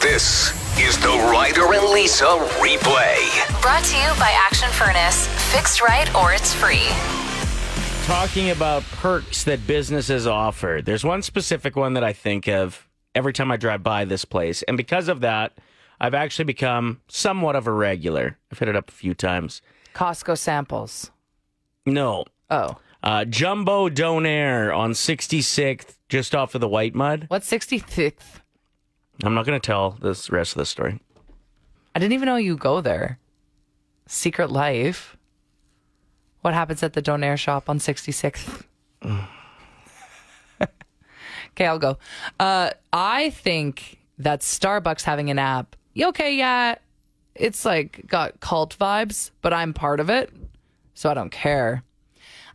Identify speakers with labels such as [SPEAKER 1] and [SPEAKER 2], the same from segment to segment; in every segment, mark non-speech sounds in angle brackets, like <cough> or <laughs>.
[SPEAKER 1] This is the Ryder and Lisa replay.
[SPEAKER 2] Brought to you by Action Furnace. Fixed right or it's free.
[SPEAKER 3] talking about perks that businesses offer. There's one specific one that I think of every time I drive by this place. And because of that, I've actually become somewhat of a regular. I've hit it up a few times.
[SPEAKER 4] Costco samples.
[SPEAKER 3] No.
[SPEAKER 4] Oh,
[SPEAKER 3] Uh, Jumbo Donair on 66th, just off of the White Mud.
[SPEAKER 4] what's 66th?
[SPEAKER 3] I'm not going to tell this rest of the story.
[SPEAKER 4] I didn't even know you go there. Secret Life. What happens at the Donair shop on 66th? <laughs> okay, I'll go. Uh, I think that Starbucks having an app, yeah, okay, yeah, it's like got cult vibes, but I'm part of it, so I don't care.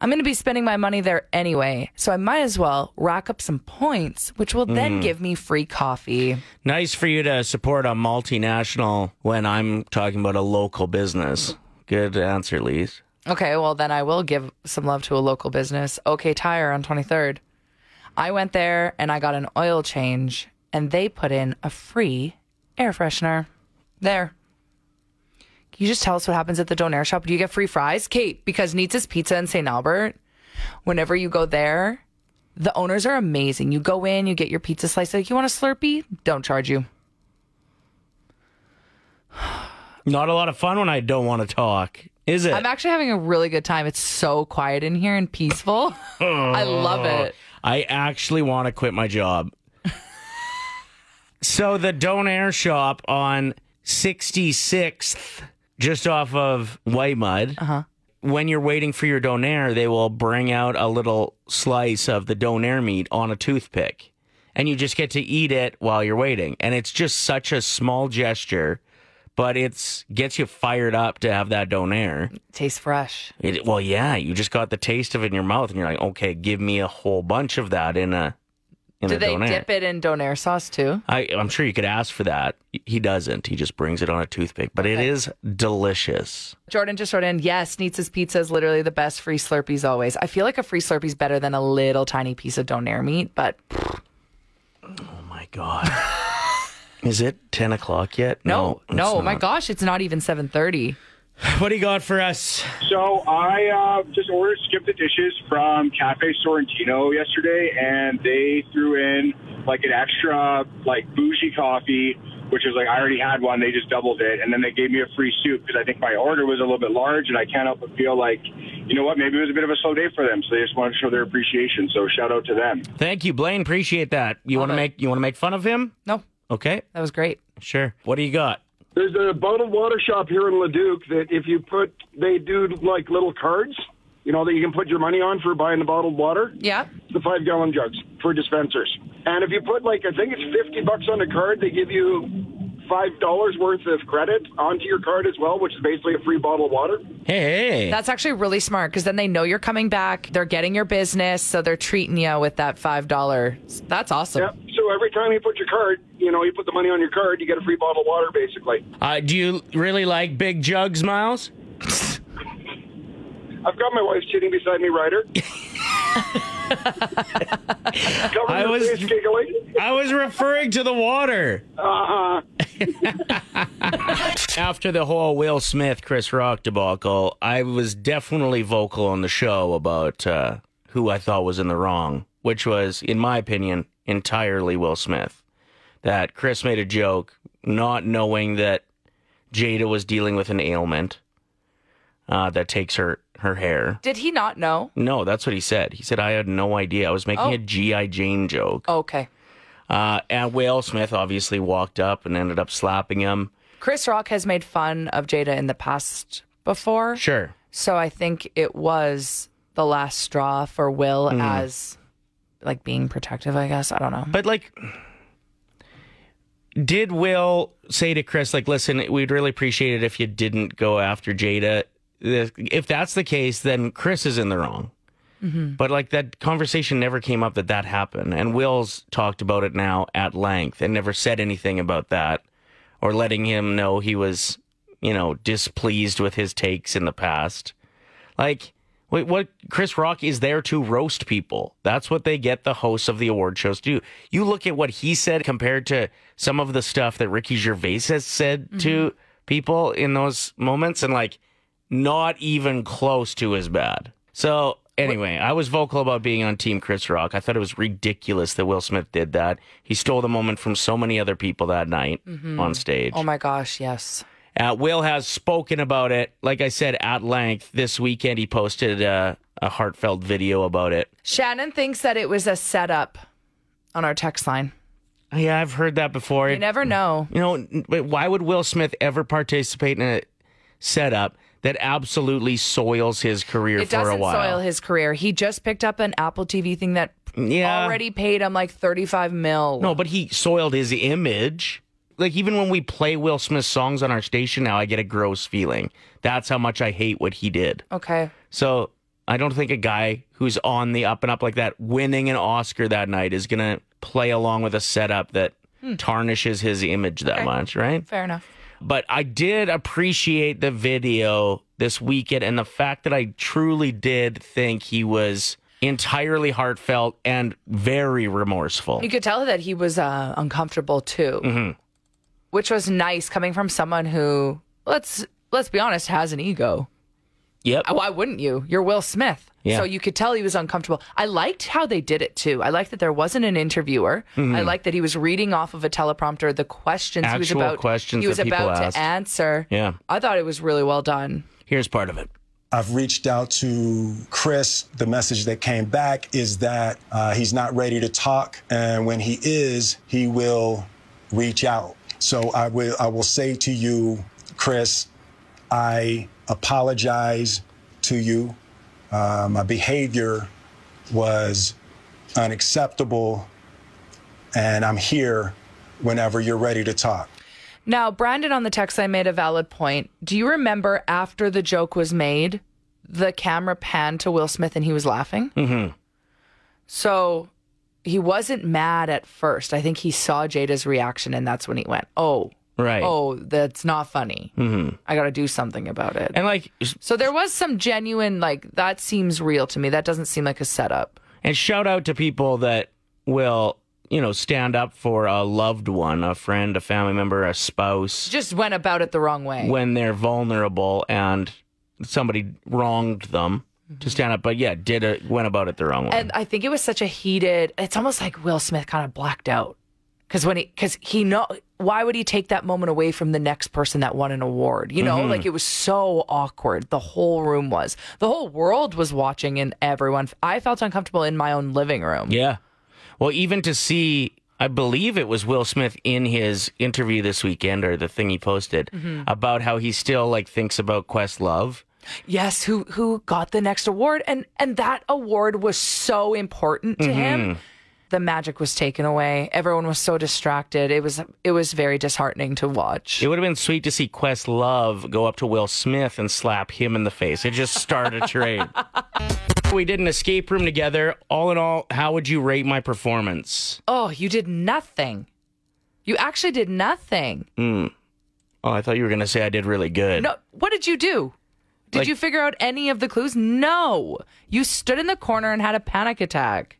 [SPEAKER 4] I'm going to be spending my money there anyway, so I might as well rack up some points, which will then give me free coffee.
[SPEAKER 3] Nice for you to support a multinational when I'm talking about a local business. Good answer, Lise.
[SPEAKER 4] Okay, well then I will give some love to a local business. OK Tire on 23rd. I went there and I got an oil change and they put in a free air freshener. There. Can you just tell us what happens at the Donair shop? Do you get free fries? Kate, because Nita's Pizza in St. Albert, whenever you go there, the owners are amazing. You go in, you get your pizza slice. Like, you want a Slurpee? Don't charge you.
[SPEAKER 3] Not a lot of fun when I don't want to talk, is it?
[SPEAKER 4] I'm actually having a really good time. It's so quiet in here and peaceful. <laughs> I love it.
[SPEAKER 3] I actually want to quit my job. so the Donair shop on 66th, just off of White Mud. Uh-huh. When you're waiting for your Donair, they will bring out a little slice of the Donair meat on a toothpick. And you just get to eat it while you're waiting. And it's just such a small gesture, but it's gets you fired up to have that Donair.
[SPEAKER 4] Tastes fresh.
[SPEAKER 3] It, well, yeah, you just got the taste of it in your mouth, and you're like, okay, give me a whole bunch of that in a in
[SPEAKER 4] Do
[SPEAKER 3] a
[SPEAKER 4] they
[SPEAKER 3] donair.
[SPEAKER 4] dip it in donair sauce too?
[SPEAKER 3] I, I'm sure you could ask for that. He doesn't. He just brings it on a toothpick, but it is delicious.
[SPEAKER 4] Jordan just wrote in, yes, Nietzsche's pizza is literally the best free Slurpees always. I feel like a free Slurpee's better than a little tiny piece of donair meat, but
[SPEAKER 3] Oh my
[SPEAKER 4] <laughs>
[SPEAKER 3] god, is it ten o'clock yet?
[SPEAKER 4] no,
[SPEAKER 3] it's
[SPEAKER 4] no, oh my
[SPEAKER 3] not.
[SPEAKER 4] gosh, it's not even 7.30.
[SPEAKER 3] What do you got for us?
[SPEAKER 5] So I uh, just ordered Skip the Dishes from Cafe Sorrentino yesterday, and they threw in like an extra like bougie coffee, which is like I already had one. They just doubled it, and then they gave me a free soup because I think my order was a little bit large, and I can't help but feel like, you know what, maybe it was a bit of a slow day for them, so they just wanted to show their appreciation. So shout out to them.
[SPEAKER 3] Thank you, Blaine. Appreciate that. You want to
[SPEAKER 4] it.
[SPEAKER 3] make you want to make fun of him?
[SPEAKER 4] No,
[SPEAKER 3] Okay,
[SPEAKER 4] that was great.
[SPEAKER 3] sure. What do you got?
[SPEAKER 6] There's a bottled water shop here in Leduc that if you put, they do like little cards, you know, that you can put your money on for buying the bottled water.
[SPEAKER 4] Yeah.
[SPEAKER 6] The five gallon jugs for dispensers. And if you put like, I think it's 50 bucks on a card, they give you $5 worth of credit onto your card as well, which is basically a free bottle of water.
[SPEAKER 3] Hey, hey.
[SPEAKER 4] That's actually really smart because then they know you're coming back. They're getting your business, so they're treating you with that $5. That's awesome.
[SPEAKER 6] Yep. So every time you put your card, you know, you put the money on your card, you get a free bottle of water basically.
[SPEAKER 3] uh, do you really like big jugs, Miles?
[SPEAKER 6] I've got my wife sitting beside me, Ryder. Cover
[SPEAKER 3] I
[SPEAKER 6] your
[SPEAKER 3] was-
[SPEAKER 6] face giggling.
[SPEAKER 3] I was referring to the water. <laughs> After the whole Will Smith Chris Rock debacle, I was definitely vocal on the show about uh, who I thought was in the wrong, which was, in my opinion, entirely Will Smith. That Chris made a joke, not knowing that Jada was dealing with an ailment uh, that takes her her hair.
[SPEAKER 4] Did he not know?
[SPEAKER 3] No, that's what he said. He said I had no idea. I was making
[SPEAKER 4] Oh.
[SPEAKER 3] a GI Jane joke.
[SPEAKER 4] Okay.
[SPEAKER 3] Uh, and Will Smith obviously walked up and ended up slapping him.
[SPEAKER 4] Chris Rock has made fun of Jada in the past before.
[SPEAKER 3] Sure.
[SPEAKER 4] So I think it was the last straw for Will
[SPEAKER 3] Mm.
[SPEAKER 4] as like being protective, I guess. I don't know.
[SPEAKER 3] But like, did Will say to Chris, like, listen, we'd really appreciate it if you didn't go after Jada? This- If that's the case, then Chris is in the wrong. But like that conversation never came up that that happened. And Will's talked about it now at length and never said anything about that or letting him know he was, you know, displeased with his takes in the past. Like, Wait, what? Chris Rock is there to roast people. That's what they get the hosts of the award shows to do. You look at what he said compared to some of the stuff that Ricky Gervais has said to people in those moments, and like, not even close to as bad. So, anyway, I was vocal about being on Team Chris Rock. I thought it was ridiculous that Will Smith did that. He stole the moment from so many other people that night on stage.
[SPEAKER 4] Oh my gosh, yes.
[SPEAKER 3] Uh, Will has spoken about it, like I said, at length this weekend. He posted uh, a heartfelt video about it.
[SPEAKER 4] Shannon thinks that it was a setup on our text line.
[SPEAKER 3] Yeah, I've heard that before.
[SPEAKER 4] You never know.
[SPEAKER 3] You know, n- but why would Will Smith ever participate in a setup that absolutely soils his career
[SPEAKER 4] It
[SPEAKER 3] for a
[SPEAKER 4] doesn't
[SPEAKER 3] while?
[SPEAKER 4] soil his career. He just picked up an Apple TV thing that
[SPEAKER 3] yeah,
[SPEAKER 4] already paid him like 35 mil.
[SPEAKER 3] no, but he soiled his image. Like even when we play Will Smith songs on our station now, I get a gross feeling. That's how much I hate what he did.
[SPEAKER 4] Okay.
[SPEAKER 3] So I don't think a guy who's on the up and up like that, winning an Oscar that night, is gonna play along with a setup that
[SPEAKER 4] Hmm.
[SPEAKER 3] tarnishes his image that much, right?
[SPEAKER 4] Fair enough.
[SPEAKER 3] But I did appreciate the video this weekend and the fact that I truly did think he was entirely heartfelt and very remorseful.
[SPEAKER 4] You could tell that he was uh, uncomfortable too,
[SPEAKER 3] Mm-hmm.
[SPEAKER 4] which was nice coming from someone who let's let's be honest has an ego.
[SPEAKER 3] Yep.
[SPEAKER 4] Uh, Why wouldn't you? You're Will Smith,
[SPEAKER 3] Yeah.
[SPEAKER 4] so you could tell he was uncomfortable. I liked how they did it too. I liked that there wasn't an interviewer.
[SPEAKER 3] Mm-hmm.
[SPEAKER 4] I liked that he was reading off of a teleprompter the questions he was
[SPEAKER 3] Actual
[SPEAKER 4] about
[SPEAKER 3] questions
[SPEAKER 4] he was
[SPEAKER 3] that people
[SPEAKER 4] about
[SPEAKER 3] asked.
[SPEAKER 4] to answer.
[SPEAKER 3] Yeah.
[SPEAKER 4] I thought it was really well done.
[SPEAKER 3] Here's part of it.
[SPEAKER 7] I've reached out to Chris. The message that came back is that uh, he's not ready to talk, and when he is, he will reach out. So I will I will say to you, Chris, I apologize to you. Uh, my behavior was unacceptable, and I'm here whenever you're ready to talk.
[SPEAKER 4] Now, Brandon on the text I made a valid point. Do you remember after the joke was made, the camera panned to Will Smith and he was laughing? Mm-hmm. So he wasn't mad at first. I think he saw Jada's reaction and that's when he went, Oh,
[SPEAKER 3] Right.
[SPEAKER 4] oh, that's not funny. Mm-hmm. I got to do something about it.
[SPEAKER 3] And like
[SPEAKER 4] so there was some genuine, like, that seems real to me. That doesn't seem like a setup.
[SPEAKER 3] And shout out to people that will, you know, stand up for a loved one, a friend, a family member, a spouse
[SPEAKER 4] Just went about it the wrong way.
[SPEAKER 3] when they're vulnerable and somebody wronged them to stand up. But yeah, did it went about it the wrong way.
[SPEAKER 4] And I think it was such a heated. It's almost like Will Smith kind of blacked out because when he because he know why would he take that moment away from the next person that won an award? You know, like it was so awkward. The whole room was, the whole world was watching, and everyone. I felt uncomfortable in my own living room.
[SPEAKER 3] yeah. Well, even to see, I believe it was Will Smith in his interview this weekend or the thing he posted about how he still like thinks about Questlove.
[SPEAKER 4] Yes, who who got the next award, and and that award was so important
[SPEAKER 3] Mm-hmm.
[SPEAKER 4] to him. The magic was taken away. Everyone was so distracted. It was it was very disheartening to watch.
[SPEAKER 3] It would have been sweet to see Questlove go up to Will Smith and slap him in the face. It just started a trade. we did an escape room together. All in all, how would you rate my performance?
[SPEAKER 4] Oh, you did nothing. You actually did nothing.
[SPEAKER 3] Mm. Oh, I thought you were going to say I did really good.
[SPEAKER 4] No, what did you do? Did
[SPEAKER 3] Like-
[SPEAKER 4] you figure out any of the clues? No. You stood in the corner and had a panic attack.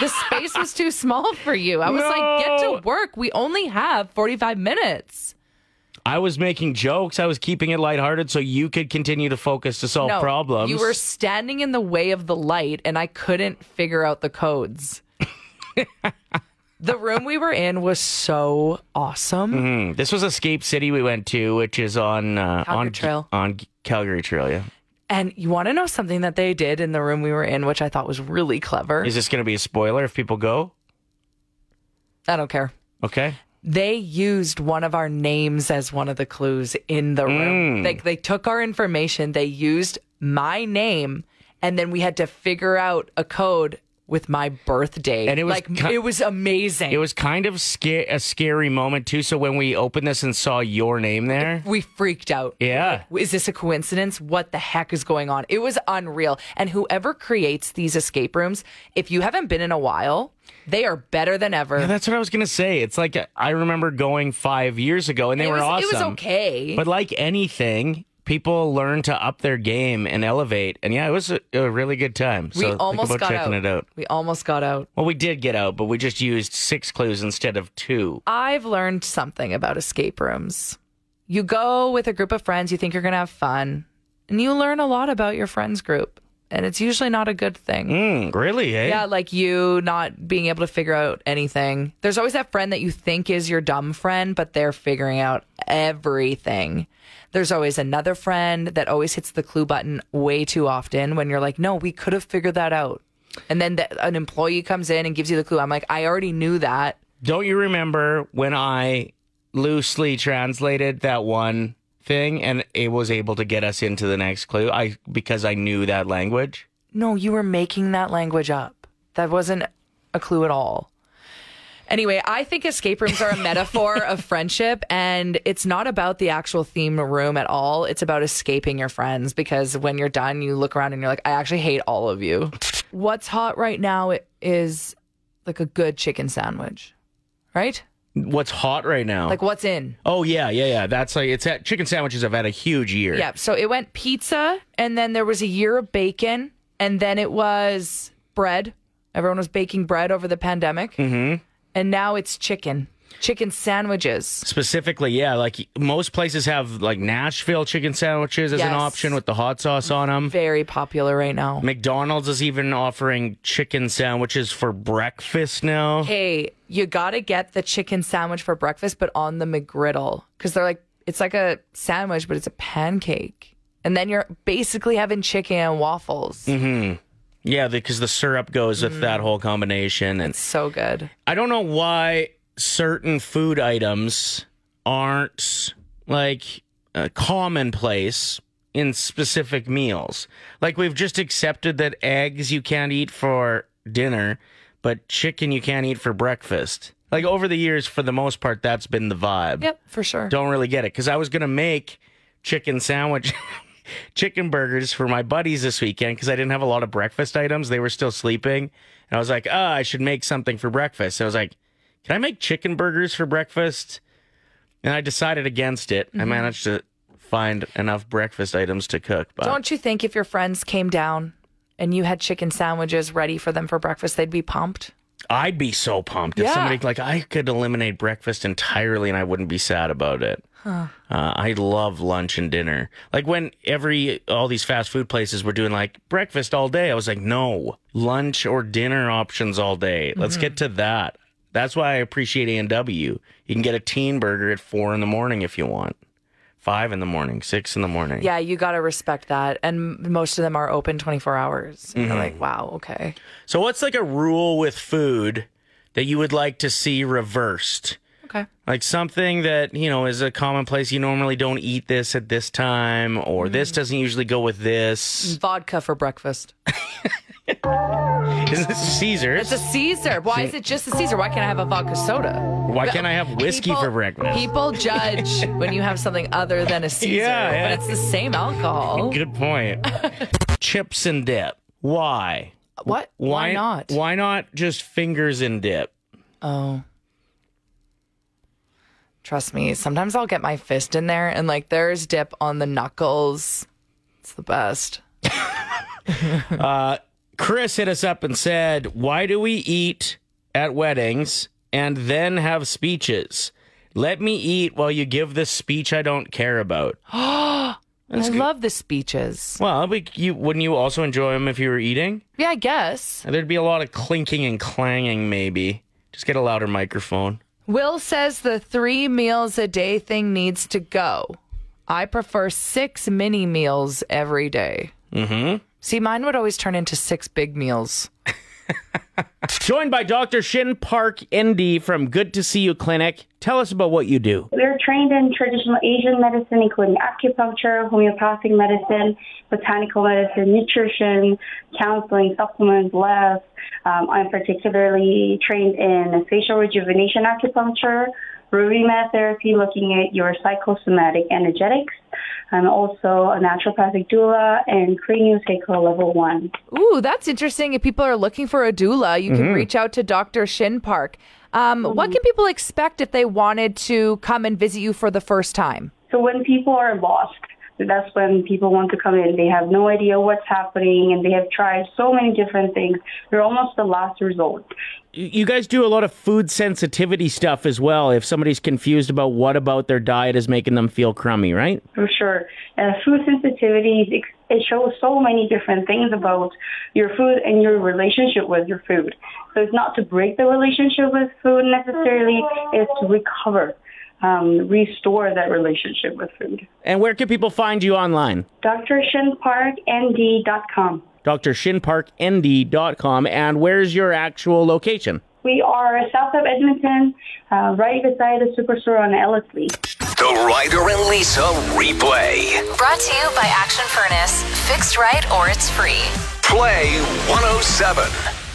[SPEAKER 4] the space was too small for you. I was like, get
[SPEAKER 3] No.
[SPEAKER 4] to work. We only have 45 minutes.
[SPEAKER 3] I was making jokes. I was keeping it lighthearted so you could continue to focus to solve
[SPEAKER 4] no
[SPEAKER 3] Oh, problems.
[SPEAKER 4] You were standing in the way of the light and I couldn't figure out the codes. <laughs> the room we were in was so awesome.
[SPEAKER 3] Hmm. This was Escape City we went to, which is on uh,
[SPEAKER 4] Calgary
[SPEAKER 3] on
[SPEAKER 4] Trail.
[SPEAKER 3] on Calgary Trail. Yeah,
[SPEAKER 4] And you want to know something that they did in the room we were in, which I thought was really clever?
[SPEAKER 3] is this going to be a spoiler if people go?
[SPEAKER 4] I don't care.
[SPEAKER 3] Okay.
[SPEAKER 4] They used one of our names as one of the clues in the
[SPEAKER 3] Mm.
[SPEAKER 4] room. Like they took our information, they used my name, and then we had to figure out a code with my birthday.
[SPEAKER 3] And it was
[SPEAKER 4] like
[SPEAKER 3] ki-
[SPEAKER 4] it was amazing.
[SPEAKER 3] It was kind of sca- a scary moment too. So when we opened this and saw your name there,
[SPEAKER 4] we freaked out.
[SPEAKER 3] yeah,
[SPEAKER 4] Is this a coincidence? What the heck is going on? It was unreal. And whoever creates these escape rooms, if you haven't been in a while, they are better than ever.
[SPEAKER 3] Yeah, that's what I was gonna say. It's like I remember going five years ago, and they
[SPEAKER 4] It
[SPEAKER 3] were
[SPEAKER 4] was- it was
[SPEAKER 3] awesome.
[SPEAKER 4] okay.
[SPEAKER 3] but like anything, people learn to up their game and elevate. And yeah, it was a, a really good time. So
[SPEAKER 4] we
[SPEAKER 3] think
[SPEAKER 4] almost
[SPEAKER 3] about
[SPEAKER 4] got
[SPEAKER 3] checking
[SPEAKER 4] out.
[SPEAKER 3] it out.
[SPEAKER 4] We almost got out.
[SPEAKER 3] Well, we did get out, but we just used six clues instead of two.
[SPEAKER 4] I've learned something about escape rooms. You go with a group of friends, you think you're going to have fun, and you learn a lot about your friends group, and it's usually not a good thing.
[SPEAKER 3] Mm, really? Eh?
[SPEAKER 4] Yeah, like you not being able to figure out anything. There's always that friend that you think is your dumb friend, but they're figuring out everything. There's always another friend that always hits the clue button way too often when you're like, no, we could have figured that out. And then the, an employee comes in and gives you the clue. I'm like, I already knew that.
[SPEAKER 3] Don't you remember when I loosely translated that one thing and it was able to get us into the next clue? I because I knew that language.
[SPEAKER 4] No, you were making that language up. That wasn't a clue at all. Anyway, I think escape rooms are a metaphor of friendship, and it's not about the actual theme room at all. It's about escaping your friends because when you're done, you look around and you're like, I actually hate all of you. What's hot right now is like a good chicken sandwich, right?
[SPEAKER 3] What's hot right now?
[SPEAKER 4] Like, what's in?
[SPEAKER 3] oh yeah, yeah, yeah. That's like it's at chicken sandwiches have had a huge year.
[SPEAKER 4] Yeah. So it went pizza, and then there was a year of bacon, and then it was bread. Everyone was baking bread over the pandemic. Mm-hmm. And now it's chicken, chicken sandwiches.
[SPEAKER 3] Specifically, yeah, like most places have like Nashville chicken sandwiches as an
[SPEAKER 4] Yes.
[SPEAKER 3] option with the hot sauce on them.
[SPEAKER 4] Very popular right now.
[SPEAKER 3] McDonald's is even offering chicken sandwiches for breakfast now.
[SPEAKER 4] Hey, you got to get the chicken sandwich for breakfast, but on the McGriddle. Because they're like, it's like a sandwich, but it's a pancake. And then you're basically having chicken and waffles.
[SPEAKER 3] Yeah, because the syrup goes
[SPEAKER 4] Mm.
[SPEAKER 3] with that whole combination and
[SPEAKER 4] So good.
[SPEAKER 3] I don't know why certain food items aren't like uh, commonplace in specific meals. Like we've just accepted that eggs you can't eat for dinner, but chicken you can't eat for breakfast. Like over the years, for the most part, that's been the vibe.
[SPEAKER 4] Yep, for sure.
[SPEAKER 3] Don't really get it because I was gonna make chicken sandwich. <laughs> Chicken burgers for my buddies this weekend because I didn't have a lot of breakfast items. They were still sleeping. And I was like, oh, I should make something for breakfast. So I was like, can I make chicken burgers for breakfast? And I decided against it. I managed to find enough breakfast items to cook. But
[SPEAKER 4] Don't you think if your friends came down and you had chicken sandwiches ready for them for breakfast, they'd be pumped?
[SPEAKER 3] I'd be so pumped if
[SPEAKER 4] Yeah.
[SPEAKER 3] somebody, like, I could eliminate breakfast entirely and I wouldn't be sad about it. Uh, I love lunch and dinner. Like when every all these fast food places were doing like breakfast all day, I was like, no, lunch or dinner options all day.
[SPEAKER 4] Mm-hmm.
[SPEAKER 3] Let's get to that. That's why I appreciate A and W. You can get a teen burger at four in the morning if you want, five in the morning, six in the morning.
[SPEAKER 4] Yeah, you got to respect that. And m- most of them are open 24 hours. And
[SPEAKER 3] Mm-hmm.
[SPEAKER 4] You're like, wow, okay.
[SPEAKER 3] So what's like a rule with food that you would like to see reversed?
[SPEAKER 4] Okay.
[SPEAKER 3] Like something that, you know, is a commonplace. You normally don't eat this at this time, or
[SPEAKER 4] Mm.
[SPEAKER 3] this doesn't usually go with this.
[SPEAKER 4] Vodka for breakfast.
[SPEAKER 3] Is this Caesar's?
[SPEAKER 4] Mm. It's a Caesar. Why is it just a Caesar? Why can't I have a vodka soda?
[SPEAKER 3] Why can't I have whiskey
[SPEAKER 4] People-
[SPEAKER 3] for breakfast?
[SPEAKER 4] People judge when you have something other than a Caesar,
[SPEAKER 3] <laughs> Yeah, yeah.
[SPEAKER 4] but it's the same alcohol.
[SPEAKER 3] Good point.
[SPEAKER 4] <laughs>
[SPEAKER 3] Chips and dip. Why?
[SPEAKER 4] What? Why, not?
[SPEAKER 3] Why not just fingers and dip?
[SPEAKER 4] Oh. Trust me, sometimes I'll get my fist in there and like there's dip on the knuckles. It's the best.
[SPEAKER 3] Chris hit us up and said, Why do we eat at weddings and then have speeches? Let me eat while you give this speech I don't care about.
[SPEAKER 4] I love the speeches.
[SPEAKER 3] Well, we, you, wouldn't you also enjoy them if you were eating?
[SPEAKER 4] Yeah, I guess.
[SPEAKER 3] There'd be a lot of clinking and clanging, maybe. Just get a louder microphone.
[SPEAKER 4] Will says the three meals a day thing needs to go. I prefer six mini meals every day. Mm-hmm. See, mine would always turn into six big meals.
[SPEAKER 3] Joined by Dr. Shin Park, ND from Good to See You Clinic. Tell us about what you do.
[SPEAKER 8] We're trained in traditional Asian medicine, including acupuncture, homeopathic medicine, botanical medicine, nutrition, counseling, supplements, labs. Um, I'm particularly trained in facial rejuvenation acupuncture, Rurima therapy, looking at your psychosomatic energetics. I'm also a naturopathic doula and craniosacral level one.
[SPEAKER 4] Ooh, that's interesting. If people are looking for a doula, you can reach out to Dr. Shin Park. Um, What can people expect if they wanted to come and visit you for the first time?
[SPEAKER 8] So when people are lost, that's when people want to come in. They have no idea what's happening and they have tried so many different things. They're almost the last resort.
[SPEAKER 3] You guys do a lot of food sensitivity stuff as well. If somebody's confused about what about their diet is making them feel crummy, right?
[SPEAKER 8] For sure. Uh, food sensitivities, it- it shows so many different things about your food and your relationship with your food. So it's not to break the relationship with food necessarily, it's to recover, um, restore that relationship with food.
[SPEAKER 3] And where can people find you online?
[SPEAKER 8] DrShinParkND.com.
[SPEAKER 3] drshinparknd.com. And where's your actual location?
[SPEAKER 8] We are south of Edmonton, uh, right beside the superstore on Ellis Lee.
[SPEAKER 1] The Ryder and Lisa replay.
[SPEAKER 2] Brought to you by Action Furnace. Fixed right or it's free.
[SPEAKER 1] oh Play 107.